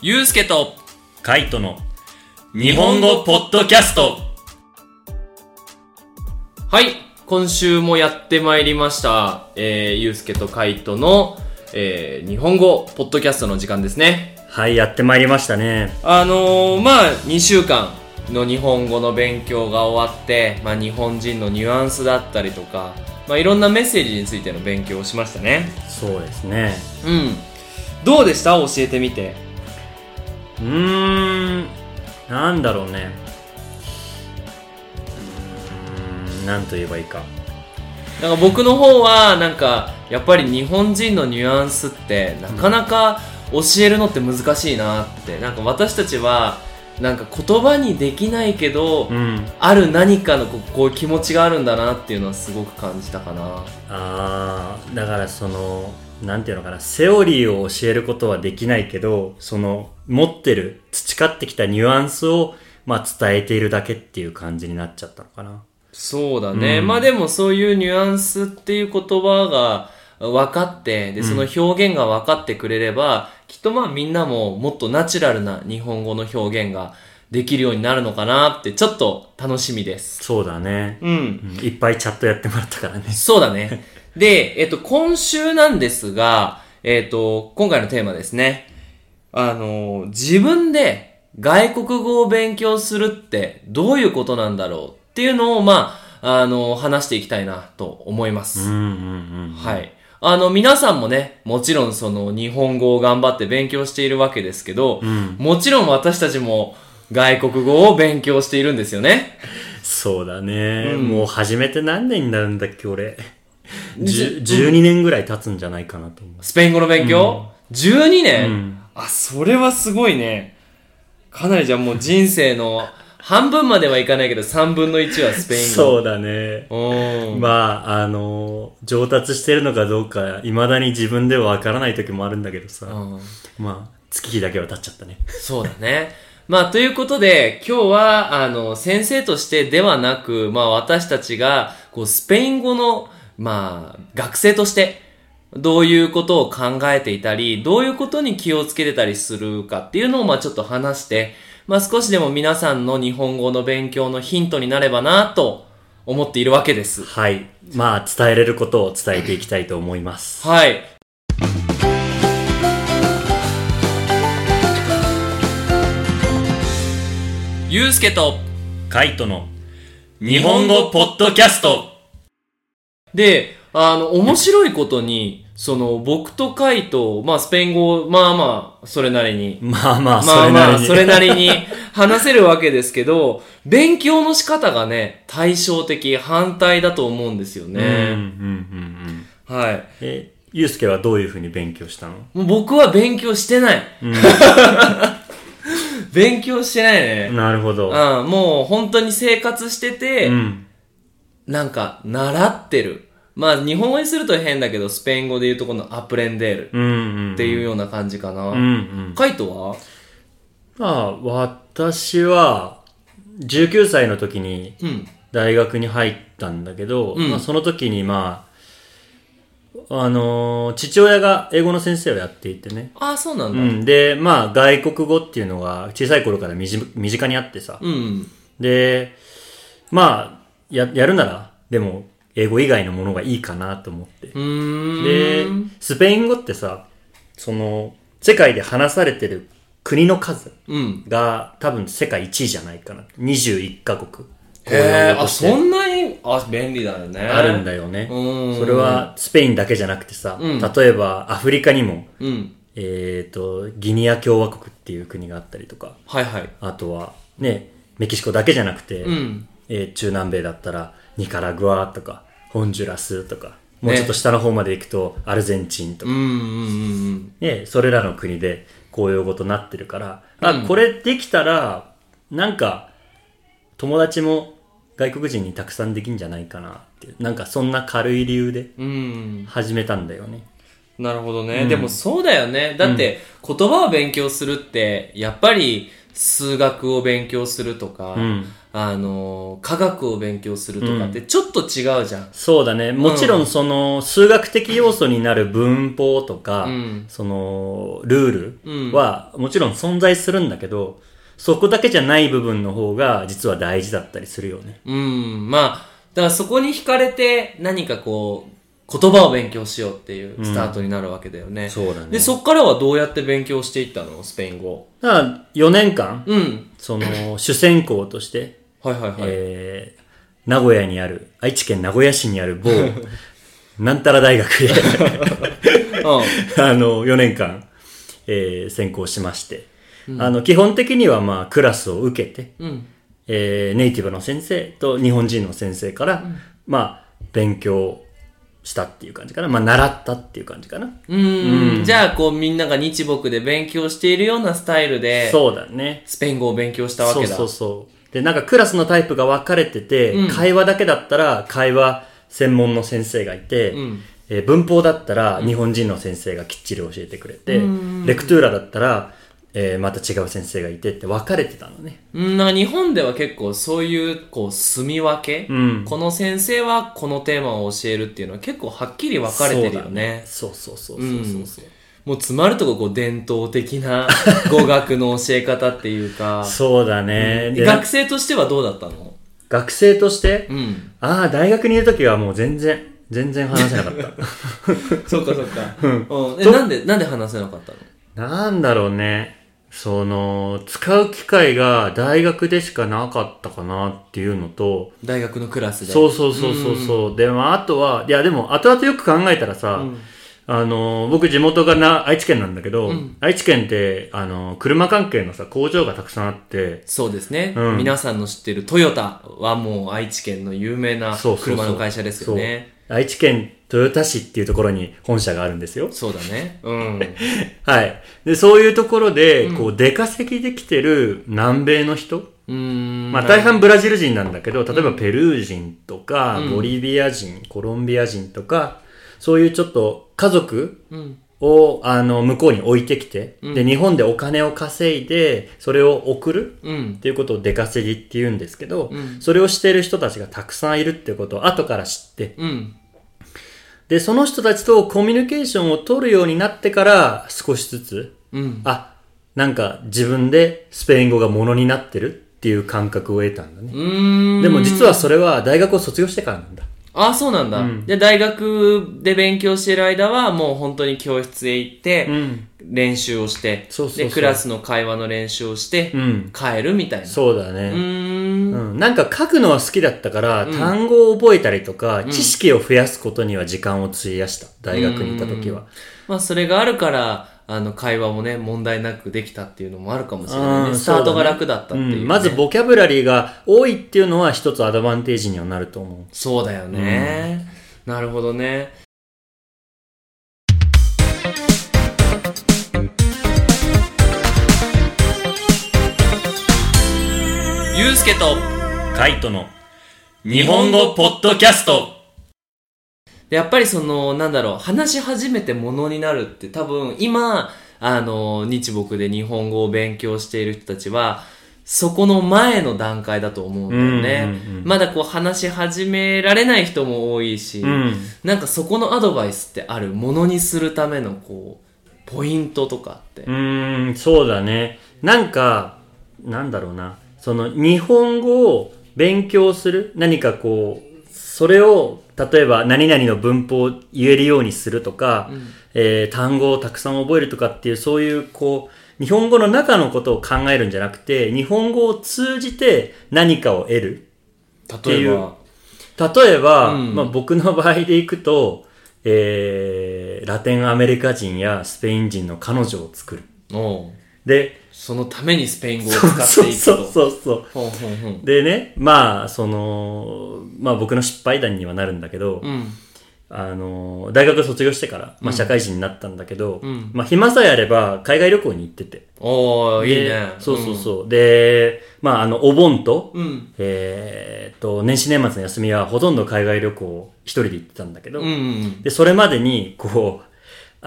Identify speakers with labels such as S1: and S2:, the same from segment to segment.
S1: ゆうすけと
S2: カイトの日本語ポッドキャスト
S1: はい今週もやってまいりました、えー、ゆうすけとカイトの、えー、日本語ポッドキャストの時間ですね
S2: はい、やってまいりましたね。
S1: あのー、まあ2週間の日本語の勉強が終わって、まあ、日本人のニュアンスだったりとか、まあ、いろんなメッセージについての勉強をしましたね
S2: そうですね。
S1: うんどうでした教えてみて
S2: うーん、なんだろうね。うーん、なんと言えばいいか。
S1: なんか僕の方はなんかやっぱり日本人のニュアンスってなかなか教えるのって難しいなってなんか私たちはなんか言葉にできないけど、
S2: うん。
S1: ある何かのこうこういう気持ちがあるんだなっていうのはすごく感じたかな
S2: あー、だからその、なんていうのかな、セオリーを教えることはできないけど、その、持ってる、培ってきたニュアンスを、まあ伝えているだけっていう感じになっちゃったのかな。
S1: そうだね、
S2: うん
S1: まあでもそういうニュアンスっていう言葉が分かってでその表現が分かってくれれば、きっとまあみんなももっとナチュラルな日本語の表現ができるようになるのかなってちょっと楽しみです
S2: そうだね。
S1: うん
S2: うんいっぱいチャットやってもらったからね。
S1: そうだね。で、えっと、今週なんですが、えっと、今回のテーマですね。あの、自分で外国語を勉強するってどういうことなんだろうっていうのを、まあ、あの、話していきたいなと思います。
S2: うんうんうん。
S1: はい。あの、皆さんもね、もちろんその日本語を頑張って勉強しているわけですけど、
S2: うん
S1: もちろん私たちも外国語を勉強しているんですよね。
S2: そうだね、
S1: うん
S2: もう始めて何年になるんだっけ俺じゅ
S1: うん
S2: 12年ぐらい経つんじゃないかなと思う
S1: スペイン語の勉強、?12 年、
S2: うん
S1: あ、それはすごいね。かなりじゃあもう人生の半分まではいかないけど3分の1はスペイン語。
S2: そうだね、
S1: うん。
S2: まああの上達してるのかどうかいまだに自分ではわからない時もあるんだけどさ、
S1: うん
S2: まあ月日だけは経っちゃったね
S1: そうだね。まあ、ということで、今日は、あの、先生としてではなく、まあ、私たちが、こう、スペイン語の、まあ、学生として、どういうことを考えていたり、どういうことに気をつけてたりするかっていうのを、まあ、ちょっと話して、まあ、少しでも皆さんの日本語の勉強のヒントになればな、と思っているわけです。
S2: はいまあ伝えれることを伝えていきたいと思います
S1: はい。ゆうすけと、
S2: カイトの
S1: 日本語ポッドキャストで、あの、面白いことに、その、僕とカイと、まあ、スペイン語、まあまあ、それなりに。
S2: まあまあそ
S1: まあ
S2: れなり
S1: まあ、
S2: に、
S1: それなりに 話せるわけですけど、勉強の仕方がね、対照的、反対だと思うんですよ
S2: うん
S1: ね。
S2: うんうんうん
S1: はい。
S2: えゆうすけはどういうふうに勉強したの
S1: もう僕は勉強してない。 勉強してないね。
S2: なるほど
S1: うん、もう本当に生活してて、
S2: うん
S1: なんか、習ってる。まあ、日本語にすると変だけど、スペイン語で言うとこのアプレンデール
S2: うんうん
S1: っていうような感じかな。
S2: うんうん。
S1: カイトは
S2: まあ、私は、19歳の時に
S1: うん。
S2: 大学に入ったんだけど、
S1: うん
S2: まあ、その時にまあ、あのー父親が英語の先生をやっていてね。
S1: ああ、そうなん
S2: う
S1: だ。
S2: ん、で、まあ、外国語っていうのが小さい頃から身近身近にあってさ。
S1: うん。
S2: で、まあ、や、やるなら、でも、英語以外のものがいいかなと思って。
S1: うーん。
S2: で、スペイン語ってさ、その、世界で話されてる国の数。
S1: うん。
S2: が多分世界1位じゃないかな。21カ国。
S1: へえ、あ、
S2: 公
S1: そ
S2: 用語として
S1: んなに、あ、便利だよね。
S2: あるんだよね。
S1: うん
S2: それはスペインだけじゃなくてさ、
S1: うん
S2: 例えばアフリカにも、
S1: うん。
S2: えっ、と、ギニア共和国っていう国があったりとか、
S1: はいはい。
S2: あとはね、メキシコだけじゃなくて、
S1: うん。
S2: えー中南米だったらニカラグアとか、ホンジュラスとか、もうちょっと下の方まで行くとアルゼンチンとか
S1: うん、うんうんうん。
S2: ね、それらの国で公用語となってるから、あ、これできたら、なんか、友達も外国人にたくさんできんじゃないかなっていう、なんかそんな軽い理由で
S1: うん。
S2: 始めたんだよね。
S1: なるほどね、でもそうだよね。だって、言葉を勉強するって、やっぱり、数学を勉強するとか、
S2: うん
S1: あの、科学を勉強するとかってちょっと違うじゃん。
S2: そうだね。もちろんその数学的要素になる文法とか、
S1: うん
S2: そのルールはもちろん存在するんだけど、そこだけじゃない部分の方が実は大事だったりするよね。
S1: うん、まあ、だからそこに惹かれて何かこう、言葉を勉強しようっていうスタートになるわけだよね。
S2: そうだね
S1: で、そっからはどうやって勉強していったのスペイン語。
S2: だから4年間、
S1: うん。
S2: その主戦校として、
S1: はいはいはい。
S2: えー名古屋にある、愛知県名古屋市にある 某、なんたら大学へ、あの、4年間、えー専攻しまして、あの、基本的にはまあ、クラスを受けて、
S1: うん。うん。
S2: えーネイティブの先生と日本人の先生から、まあ、勉強したっていう感じかな。まあ、習ったっていう感じかな。
S1: うんじゃあ、こう、みんなが日木で勉強しているようなスタイルで、
S2: そうだね。
S1: スペイン語を勉強したわけ
S2: そう
S1: だ。
S2: そうそう。で、なんかクラスのタイプが分かれてて、会話だけだったら会話専門の先生がいて、
S1: ん
S2: えー文法だったら日本人の先生がきっちり教えてくれて、レクトゥーラだったら、えーまた違う先生がいてって分かれてたのね。
S1: うんなんか日本では結構そういう、こう、住み分け、
S2: うん
S1: この先生はこのテーマを教えるっていうのは結構はっきり分かれてるよね。
S2: そうだそうそうそうそうそうそう。
S1: もう詰まるとこ、こう、伝統的 な語学の教え方っていうか、
S2: そうだね。で
S1: 学生としてはどうだったの
S2: 学生として、
S1: うん。
S2: ああ、大学にいるときはもう全然、全然話せなかった。
S1: そうかそう か。うん。え、なんで、なんで話せなかったの
S2: なんだろうね。その、使う機会が大学でしかなかったかなっていうのと、
S1: 大学のクラスで。
S2: そうそうそうそうそう。でもあとは、いやでも後々よく考えたらさ、あの、僕地元がな、愛知県なんだけど、愛知県って、あの、車関係のさ、工場がたくさんあって、
S1: そうですね、
S2: うん
S1: 皆さんの知ってるトヨタはもう愛知県の有名な
S2: そうそうそう
S1: 車の会社ですよね。
S2: そう愛知県豊田市っていうところに本社があるんですよ。
S1: そうだね。うん。
S2: はい。で、そういうところで、こう、出稼ぎできてる南米の人、
S1: うーん。
S2: まあ、大半ブラジル人なんだけど、例えばペルー人とか、ボリビア人、コロンビア人とか、そういうちょっと家族
S1: ん
S2: を、あの、向こうに置いてきて、で、日本でお金を稼いで、それを送る
S1: うん
S2: っ。ていうことを出稼ぎって言うんですけど、
S1: ん
S2: それをしている人たちがたくさんいるってことを後から知って、
S1: うん。
S2: で、その人たちとコミュニケーションを取るようになってから、少しずつ、
S1: うん。
S2: あ、なんか自分でスペイン語がものになってるっていう感覚を得たんだね。
S1: うーん。
S2: でも実はそれは大学を卒業してからなんだ。
S1: ああ、そうなんだ、で、大学で勉強してる間はもう本当に教室へ行って、
S2: ん
S1: 練習をして
S2: そうそうそう
S1: で、クラスの会話の練習をして、
S2: ん
S1: 帰るみたいな。
S2: そうだ
S1: う
S2: ね。
S1: ーん。
S2: うん。なんか書くのは好きだったから、単語を覚えたりとか、知識を増やすことには時間を費やした。大学にいた時は。
S1: まあ、それがあるから、あの、会話もね、問題なくできたっていうのもあるかもしれない
S2: うん
S1: ね。スタートが楽だったっていう、ね
S2: うんまずボキャブラリーが多いっていうのは一つアドバンテージにはなると思う。
S1: そうだよね、なるほどねゆうすけと
S2: カイトの
S1: 日
S2: 本語ポッドキャスト
S1: やっぱりそのなんだろう話し始めてものになるって多分今あの日木で日本語を勉強している人たちはそこの前の段階だと思うんだよね、
S2: うんうんうん
S1: まだこう話し始められない人も多いし、
S2: うん。
S1: なんかそこのアドバイスってあるものにするためのこうポイントとかって
S2: うーん、そうだね。なんか、なんだろうな。その、日本語を勉強する。何かこう、それを、例えば、何々の文法を言えるようにするとか、えー単語をたくさん覚えるとかっていう、そういう、こう、日本語の中のことを考えるんじゃなくて、日本語を通じて何かを得る。
S1: 例え
S2: いう
S1: ば
S2: 例えば、
S1: うん
S2: まあ、僕の場合でいくと、えーラテンアメリカ人やスペイン人の彼女を作る。
S1: おう
S2: で、
S1: そのためにスペイン語を使っていくと
S2: そうそうそうそう。
S1: ほんほんほん
S2: でね、まあ、その、まあ僕の失敗談にはなるんだけど、
S1: うん
S2: あの、大学卒業してから、まあ社会人になったんだけど、
S1: うん
S2: まあ暇さえあれば海外旅行に行ってて。
S1: おーいいね
S2: でそうそうそう。で、まああの、お盆と、
S1: うん
S2: えーっと、年始年末の休みはほとんど海外旅行を一人で行ってたんだけど、
S1: うんうん
S2: で、それまでに、こう、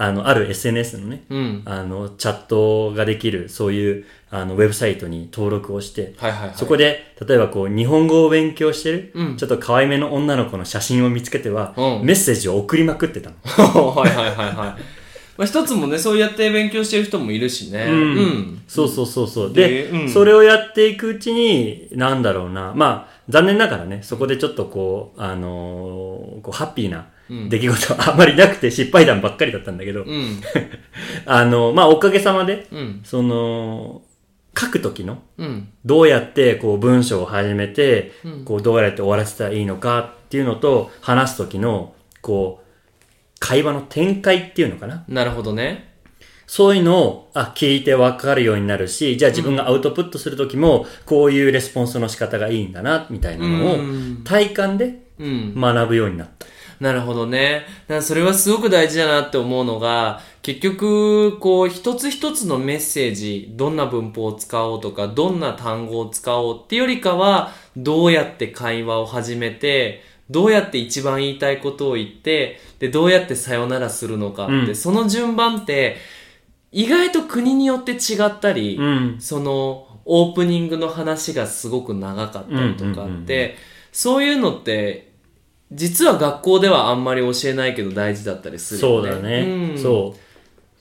S2: あの、ある SNS のね、
S1: うん。
S2: あの、チャットができる、そういう、あの、ウェブサイトに登録をして、
S1: はいはいはい。
S2: そこで、例えばこう、日本語を勉強してる、
S1: うん
S2: ちょっと可愛めの女の子の写真を見つけては、
S1: うん
S2: メッセージを送りまくってたの。
S1: はいはいはいはい。まあ、一つもね、そうやって勉強してる人もいるしね。 う
S2: うん
S1: ん。
S2: そうそうそうそう。で、
S1: でうん
S2: それをやっていくうちに、なんだろうな、まあ、残念ながらね、そこでちょっとこう、あのーこうハッピーな
S1: うん
S2: 出来事 はあんまりなくて失敗談ばっかりだったんだけど、
S1: うん。
S2: あのまあ、おかげさまで、
S1: うん。
S2: その、書く時の、
S1: うん。
S2: どうやってこう文章を始めて、
S1: うん
S2: こうどうやって終わらせたらいいのかっていうのと、話す時の、こう、会話の展開っていうのかな
S1: なるほどね。
S2: そういうのをあ聞いて分かるようになるし、じゃあ自分がアウトプットするときも、こういうレスポンスの仕方がいいんだな、みたいなの
S1: う
S2: を
S1: ん
S2: 体感で
S1: うん。
S2: 学ぶようになった。
S1: なるほどね。だからそれはすごく大事だなって思うのが、結局、こう、一つ一つのメッセージ、どんな文法を使おうとか、どんな単語を使おうってよりかは、どうやって会話を始めて、どうやって一番言いたいことを言って、で、どうやってさよならするのかって、
S2: うん
S1: その順番って、意外と国によって違ったり、
S2: うん。
S1: そのオープニングの話がすごく長かったりとか
S2: うんうんうんう
S1: っ
S2: ん
S1: て、そういうのって実は学校ではあんまり教えないけど大事だったりする
S2: そ
S1: よ
S2: う
S1: ね。
S2: だね。
S1: ん、
S2: そう。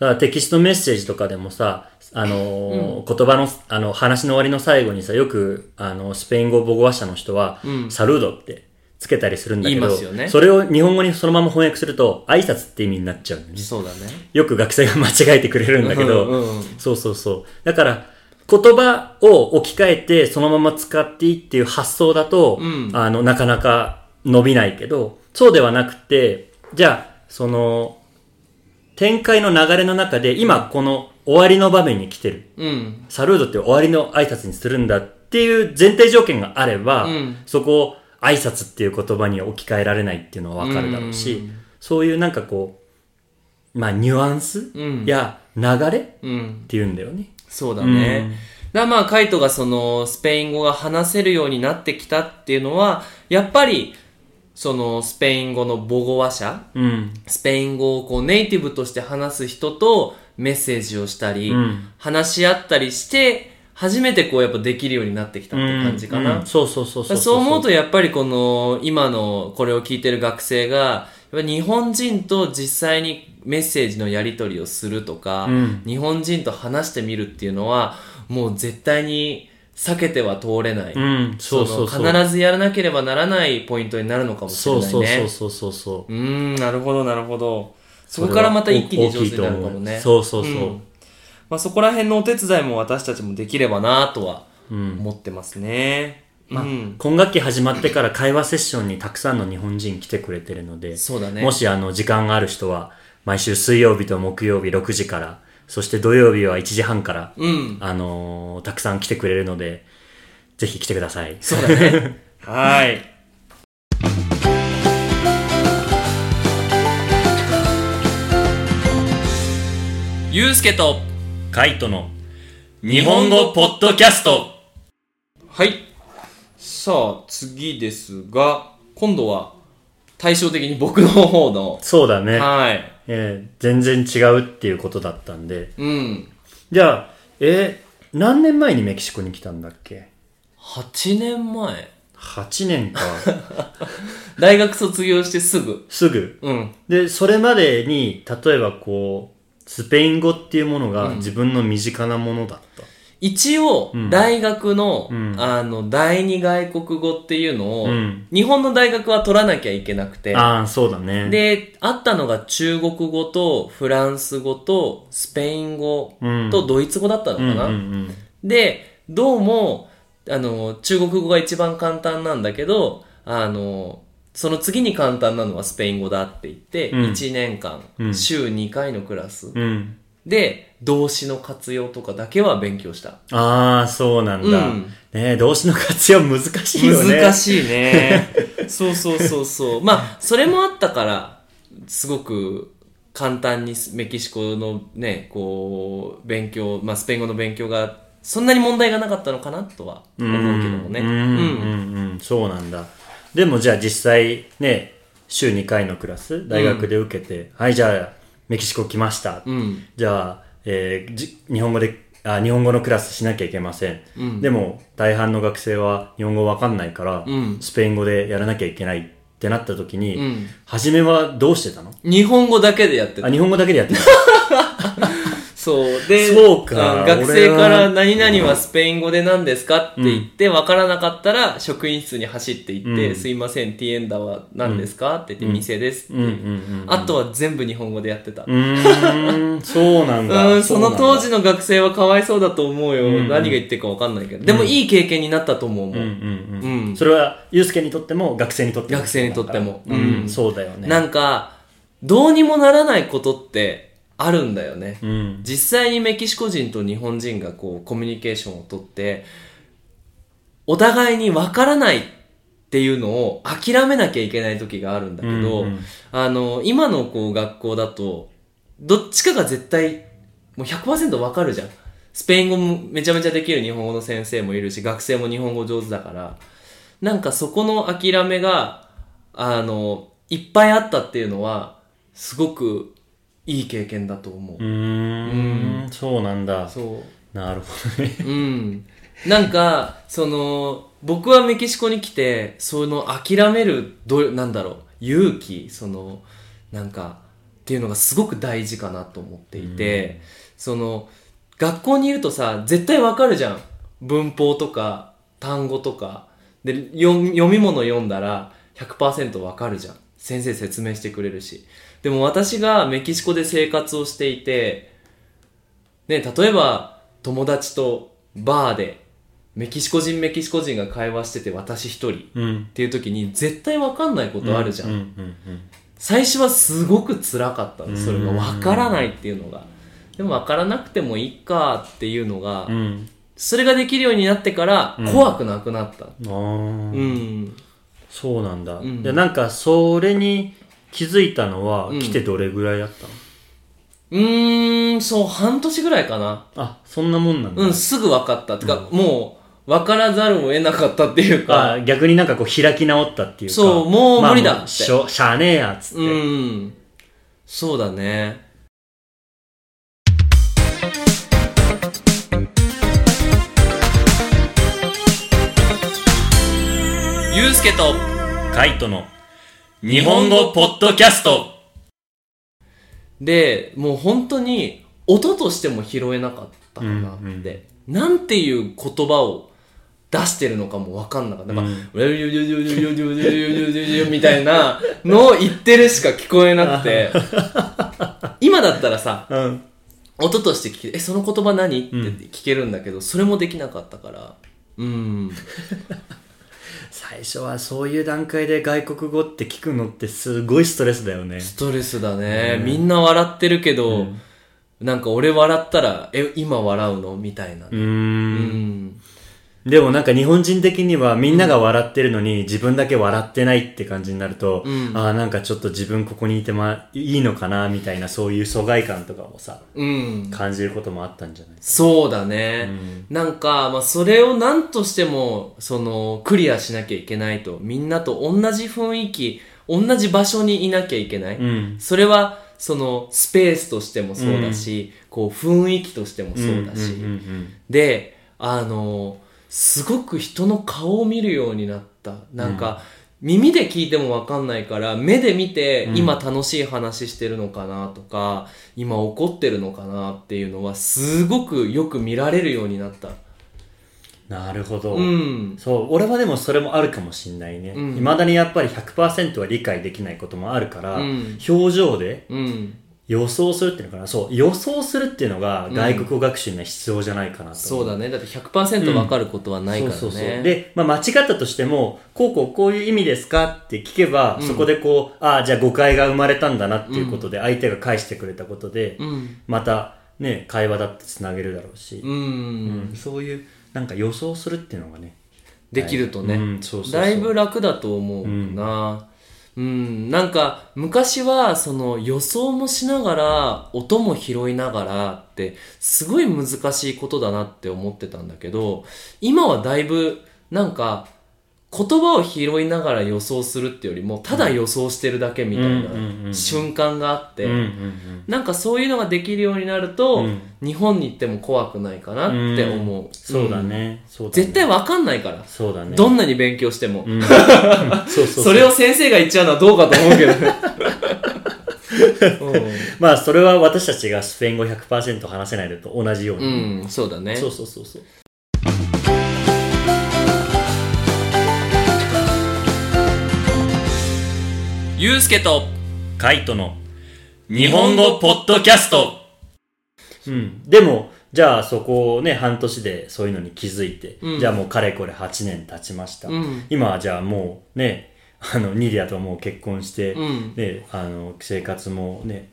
S2: だからテキストメッセージとかでもさ、あのー言葉の、あの、話の終わりの最後にさ、よく、あの、スペイン語母語話者の人は、
S1: うん
S2: サルードってつけたりするんだけど、
S1: 言いますよね
S2: それを日本語にそのまま翻訳すると、挨拶って意味になっちゃうのね。
S1: そうだね。
S2: よく学生が間違えてくれるんだけど、
S1: うんうん
S2: そうそうそう。だから、言葉を置き換えてそのまま使っていいっていう発想だと、
S1: うん
S2: あの、なかなか伸びないけど、そうではなくて、じゃあ、その、展開の流れの中で、今この終わりの場面に来てる。
S1: うん。
S2: サルードって終わりの挨拶にするんだっていう前提条件があれば、
S1: うん
S2: そこを挨拶っていう言葉に置き換えられないっていうのはわかるだろうし、
S1: うん
S2: そういうなんかこう、まあニュアンス
S1: うん
S2: や流れっ
S1: うん。
S2: ていうんだよね。
S1: そうだね。だからまあ、カイトがその、スペイン語が話せるようになってきたっていうのは、やっぱり、その、スペイン語の母語話者
S2: うん。
S1: スペイン語をこうネイティブとして話す人とメッセージをしたり、
S2: うん
S1: 話し合ったりして、初めてこうやっぱできるようになってきたって感じかな。
S2: うんそうそうそう
S1: そ
S2: そうう。
S1: 思うとやっぱりこの今のこれを聞いてる学生がやっぱ日本人と実際にメッセージのやり取りをするとか、
S2: うん
S1: 日本人と話してみるっていうのはもう絶対に避けては通れない、
S2: うん、そうそうそう。
S1: の必ずやらなければならないポイントになるのかもしれ
S2: そ
S1: ないうね。
S2: そうそうそうそうそう
S1: う。ーんなるほどなるほどそこからまた一気に上手になるかもね
S2: 大きいと思うそうそうそうん
S1: まあ、そこら辺のお手伝いも私たちもできればなとは
S2: うん。
S1: 思ってますね、
S2: まあ
S1: うん、
S2: 今学期始まってから会話セッションにたくさんの日本人来てくれてるので、
S1: そうだね
S2: もしあの時間がある人は、毎週水曜日と木曜日6時から、そして土曜日は1時半から、
S1: うん
S2: あのーたくさん来てくれるので、ぜひ来てください。
S1: そうだ ねはいゆうすけと
S2: カイトの
S1: 日
S2: 日本語ポッドキャスト
S1: はいさあ次ですが今度は対照的に僕の方の
S2: そうだね、
S1: はい
S2: えー全然違うっていうことだったんで。
S1: うん
S2: じゃあ、えー何年前にメキシコに来たんだっけ
S1: 8年前
S2: ?8 年か。
S1: 大学卒業してすぐ
S2: すぐ。
S1: うん
S2: で、それまでに、例えばこう、スペイン語っていうものが自分の身近なものだった。
S1: 一応
S2: うん
S1: 大学の,、
S2: うん
S1: あの第二外国語っていうのを、
S2: うん
S1: 日本の大学は取らなきゃいけなくて
S2: ああ、そうだね。、
S1: であったのが中国語とフランス語とスペイン語
S2: うん、
S1: とドイツ語だったの
S2: うん
S1: か
S2: うん
S1: な、
S2: うん、
S1: でどうもあの中国語が一番簡単なんだけどあのその次に簡単なのはスペイン語だって言って、
S2: うん
S1: 1年間、
S2: うん
S1: 週2回のクラス
S2: うん。
S1: で動詞の活用とかだけは勉強した
S2: ああ、そうなんだ。
S1: うん
S2: ね動詞の活用難しいよね。
S1: 難
S2: い。
S1: しいねそうそうそうそうまあそれもあったからすごく簡単にメキシコのねこう勉強、まあ、スペイン語の勉強がそんなに問題がなかったのかなとは
S2: うん、う
S1: 思うけどもね
S2: ん、うん、うん、そうなんだ。でもじゃあ実際ね、週2回のクラス、大学で受けて、はい、じゃあ、メキシコ来ました。
S1: うん。
S2: じゃあ、えーじ日本語であ、日本語のクラスしなきゃいけません。
S1: うん
S2: でも、大半の学生は日本語わかんないから、
S1: うん
S2: スペイン語でやらなきゃいけないってなった時に、
S1: うん
S2: 初めはどうしてたの
S1: 日本語だけでやって
S2: あ、
S1: た。
S2: 日本語だけでやっ てた。
S1: そう。で、
S2: そうか
S1: あ学生か
S2: 俺
S1: ら
S2: は
S1: 何々はスペイン語で何ですかって言って、わからなかったら職員室に走って行って、
S2: うん
S1: すいません、ティエンダは何ですかって言って、店ですって、
S2: うんうんうん。
S1: あとは全部日本語でやってた。
S2: うーん、そうなんだ。
S1: うん、その当時
S2: の。
S1: の学生はかわいそうだと思うよ。
S2: んうん
S1: 何が言ってるかわかんないけど。でもいい経験になったと思うもん。
S2: うんうんうん。
S1: うん
S2: それは、ゆうすけにとっても、学生にとっても。
S1: 学生にとっても
S2: う、
S1: うんん
S2: そうだよね。
S1: なんか、どうにもならないことってあるんだよね。
S2: うん。
S1: 実際にメキシコ人と日本人がこうコミュニケーションをとって、お互いにわからないっていうのを諦めなきゃいけない時があるんだけど、
S2: うんうん
S1: あの、今のこう学校だと、どっちかが絶対、もう100%わかるじゃん。スペイン語もめちゃめちゃできる日本語の先生もいるし、学生も日本語上手だから、なんかそこの諦めが、あの、いっぱいあったっていうのは、すごくいい経験だと思う
S2: う。ーん、そうなんだ。
S1: そ
S2: なるほどね。
S1: う。うん。なんか、その、僕はメキシコに来て、その諦める、どう、なんだろう、勇気、その、なんか、っていうのがすごく大事かなと思っていて、その、学校にいるとさ、絶対わかるじゃん。文法とか、単語とか。で、読み読み物読んだら100%わかるじゃん。先生説明してくれるし。でも私がメキシコで生活をしていて、ね、例えば友達とバーでメキシコ人メキシコ人が会話してて私一人
S2: うん
S1: っ。ていう時に絶対わかんないことあるじゃん、
S2: うんうんうん
S1: 最初はすごく辛かったのそれが
S2: うん
S1: わからないっていうのがでもわからなくてもいいかっていうのが、
S2: うん。
S1: それができるようになってから怖くなくなった
S2: あ
S1: う
S2: ー
S1: ん
S2: そうなんだ。
S1: ん
S2: で、なんか、それに気づいたのは、
S1: うん
S2: 来てどれぐらいだったの
S1: うーんそう半年ぐらいかな
S2: あ、そんなもんなんだ。
S1: うんすぐわかったてか、もうわからざるを得なかったっていうか
S2: あ逆になんかこう開き直ったっていうか。
S1: そうもう無理だ
S2: まあも
S1: って
S2: しょ、しゃあねえや、つって。
S1: うん。そうだね。ゆうすけと
S2: カイトの
S1: 日
S2: 日本語ポッドキャスト
S1: で、もう本当に音としても拾えなかったかなって、
S2: うんうん
S1: なんていう言葉を出してるのかもわかんなかった。なんか
S2: うん
S1: ウェルユユユユユユユユユユユ みたいなのを言ってるしか聞こえなく て、今だったらさ、
S2: うん。
S1: 音として聞けえその言葉何って聞けるんだけど、それもできなかったからうん
S2: 最初はそういう段階で外国語って聞くのってすごいストレスだよね。
S1: ストレスだね、みんな笑ってるけど、なんか俺笑ったらえ今笑うのみたいな、
S2: う
S1: う
S2: ー
S1: ん
S2: ん。でもなんか日本人的にはみんなが笑ってるのに自分だけ笑ってないって感じになると、
S1: うん
S2: ああなんかちょっと自分ここにいてま、いいのかなみたいなそういう疎外感とかもさ、
S1: うん
S2: 感じることもあったんじゃない
S1: そうだね、なんか、まあ、それを何としてもそのクリアしなきゃいけないとみんなと同じ雰囲気同じ場所にいなきゃいけない、
S2: うん。
S1: それはそのスペースとしてもそうだし、こう雰囲気としてもそうだし、
S2: んんん
S1: であのすごく人の顔を見るようになったなんか、耳で聞いてもわかんないから目で見て今楽しい話してるのかなとか、今怒ってるのかなっていうのはすごくよく見られるようになった
S2: なるほど。
S1: うん
S2: そう、俺はでもそれもあるかもしんないね。
S1: うん
S2: 未だにやっぱり100%は理解できないこともあるから、
S1: うん
S2: 表情で
S1: うん
S2: 予想するっていうのかな。そう、予想するっていうのが外国語学習には必要じゃないかなと思う。
S1: そうだねだって100%わかることはないからね、
S2: そうそうそう。で、まあ、間違ったとしても、こうこうこういう意味ですかって聞けば、そこでこう、ああ、じゃあ誤解が生まれたんだなっていうことで、相手が返してくれたことで、
S1: うん
S2: また、ね、会話だってつなげるだろうし、
S1: うん、
S2: うんそういう、なんか予想するっていうのがね、
S1: できるとね、
S2: うん、そうそうそう
S1: だいぶ楽だと思うな、うんなんか昔はその予想もしながら音も拾いながらってすごい難しいことだなって思ってたんだけど今はだいぶなんか言葉を拾いながら予想するってよりもただ予想してるだけみたい
S2: うんうんうんう
S1: なん瞬間があって、
S2: うんうん
S1: なんかそういうのができるようになると、
S2: うん
S1: 日本に行っても怖くないかな
S2: うん
S1: って思う、
S2: そうだ
S1: ん
S2: ねそうだね
S1: 絶対わかんないから、
S2: そうだね
S1: ど
S2: ん
S1: んなに勉強しても、
S2: うんそうそうう
S1: それを先生が言っちゃうのはどうかと思うけ ど
S2: まあそれは私たちがスペイン語100%話せないのと同じよう
S1: う
S2: に、
S1: ん、うん、そうだね
S2: そうそうそうそう
S1: ゆうすけと
S2: カイトの日本語ポッドキャストうんでもじゃあそこをね半年でそういうのに気づいて、
S1: うん
S2: じゃあもうかれこれ8年経ちました、
S1: うん
S2: 今はじゃあもうねあのニディアとはもう結婚して、
S1: うん
S2: ね、あの生活もね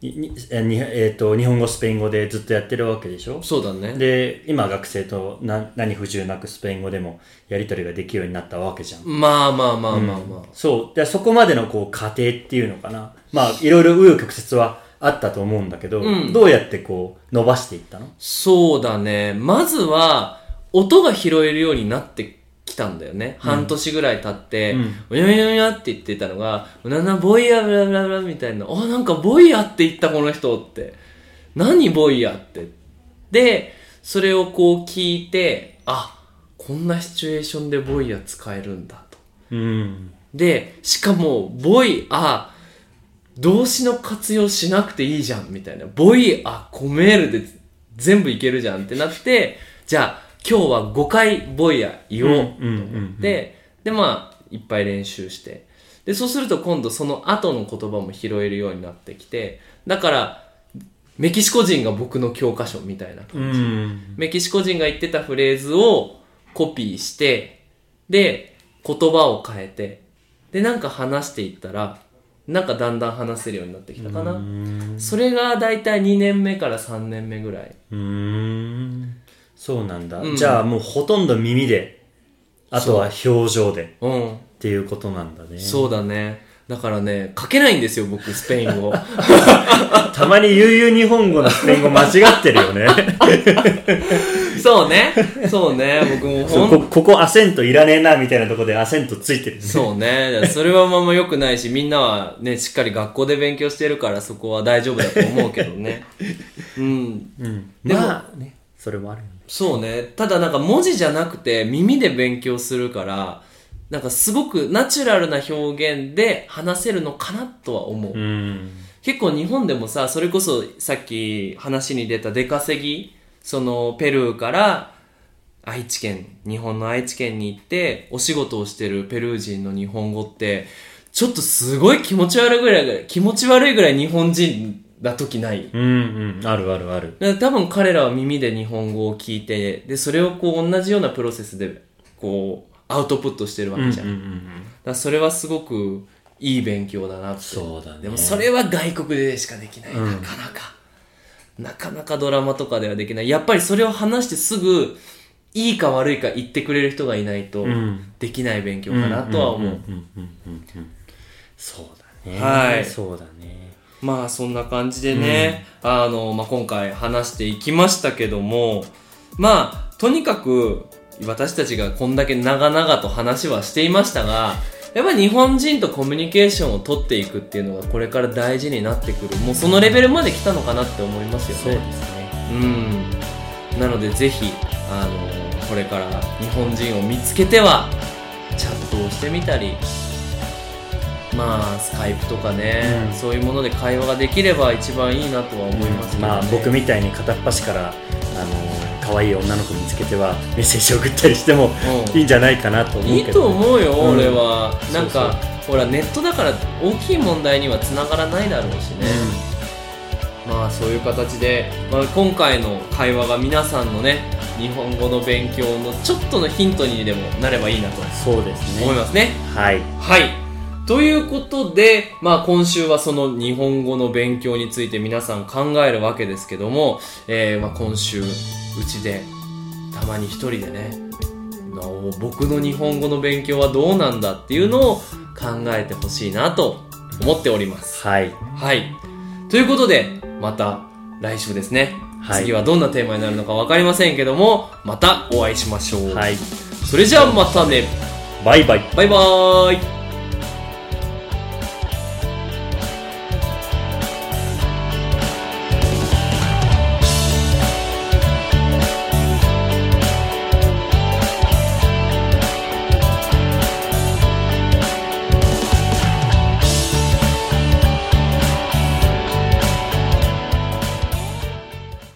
S2: ににえにえー、と日本語スペイン語でずっとやってるわけでしょ
S1: そうだね
S2: で今学生とな何不自由なくスペイン語でもやり取りができるようになったわけじゃん
S1: まあまあまあまあまあ、
S2: そう。で、そこまでのこう、過程っていうのかな。まあ、いろいろ紆余曲折はあったと思うんだけど、
S1: うん
S2: どうやってこう、伸ばしていったの
S1: そうだね。まずは、音が拾えるようになってきたんだよね。半年ぐらい経って、
S2: うん
S1: うにゃうにゃうにゃって言ってたのが、うなな、ボイヤ、ブラブラブラみたいな、あ、なんかボイヤって言ったこの人って。何ボイヤって。で、それをこう聞いて、あ、こんなシチュエーションでボイヤ使えるんだと。
S2: うん。
S1: で、しかも、ボイ、あ、動詞の活用しなくていいじゃん、みたいな。ボイ、あ、コメールで全部いけるじゃんってなって、じゃあ、今日は5回ボイや言おうと
S2: うんうんうん
S1: 思
S2: う
S1: っ
S2: ん
S1: て、で、まあ、いっぱい練習して。で、そうすると今度その後の言葉も拾えるようになってきて、だから、メキシコ人が僕の教科書みたいな
S2: うん。
S1: メキシコ人が言ってたフレーズをコピーして、で、言葉を変えて、で、なんか話していったら、なんかだんだん話せるようになってきたか
S2: う
S1: な。
S2: ん。
S1: それがだいたい2年目から3年目ぐらい。
S2: うん。そうなんだ。
S1: うん
S2: じゃあ、もうほとんど耳で、あとは表情で、
S1: うん。
S2: っていうことなんだね。
S1: そうだね。だからね、書けないんですよ、僕、スペイン語。
S2: たまに悠々日本語のスペイン語間違ってるよね。
S1: そうね。そうね。僕 も
S2: そう
S1: ほん
S2: こ、ここアセントいらねえな、みたいなところでアセントついてるね。
S1: そうね。それはまあまあ良くないし、みんなはね、しっかり学校で勉強してるから、そこは大丈夫だと思うけどね。 うん。
S2: うん。
S1: でも
S2: まあ、ね、それもあるよね。
S1: そうね。ただなんか文字じゃなくて耳で勉強するから、なんかすごくナチュラルな表現で話せるのかなとは思う。
S2: うん。
S1: 結構日本でもさ、それこそさっき話に出た出稼ぎ、そのペルーから愛知県、日本の愛知県に行ってお仕事をしてるペルー人の日本語って、ちょっとすごい気持ち悪いぐらい、気持ち悪いぐらい日本人な時ない
S2: うんうん、あるあるある。
S1: だから多分彼らは耳で日本語を聞いてでそれをこう同じようなプロセスでこうアウトプットしてるわけじゃん,、だからそれはすごくいい勉強だなって
S2: そうだね
S1: でもそれは外国でしかできない、なかなかなかなかドラマとかではできないやっぱりそれを話してすぐいいか悪いか言ってくれる人がいないと
S2: ん
S1: できない勉強かなとは思う、
S2: そうだね。
S1: はい
S2: そうだね。
S1: まあそんな感じでね、あの、まあ、今回話していきましたけども、まあ、とにかく私たちがこんだけ長々と話はしていましたが、やっぱり日本人とコミュニケーションを取っていくっていうのがこれから大事になってくる。もうそのレベルまで来たのかなって思いますよね。
S2: すね。
S1: うん。なのでぜひ、あの、これから日本人を見つけては、チャットをしてみたり、まあ、スカイプとかね、
S2: うん
S1: そういうもので会話ができれば一番いいなとは思いますけど、ね
S2: まあ、僕みたいに片っ端から、あの、可愛い女の子見つけては、メッセージ送ったりしても
S1: うん
S2: いいんじゃないかなと思う
S1: い
S2: け
S1: い
S2: ど。
S1: と思うよ、
S2: うん
S1: 俺は。
S2: そうそ
S1: な
S2: う
S1: んか、ほら、ネットだから大きい問題には繋がらないだろうしね。まあそういう形で、まあ、今回の会話が皆さんのね日本語の勉強のちょっとのヒントにでもなればいいなと
S2: そうです
S1: 思い
S2: ね。
S1: ますね。
S2: はい。
S1: はいということで、まあ今週はその日本語の勉強について皆さん考えるわけですけども、えーまあ今週、うちで、たまに一人でね、まあお僕の日本語の勉強はどうなんだっていうのを考えてほしいなと思っております。
S2: はい。
S1: はい。ということで、また来週ですね。
S2: はい
S1: 次はどんなテーマになるのかわかりませんけども、またお会いしましょう。
S2: はい。
S1: それじゃあまたね。
S2: バイバイ。
S1: バイバーイ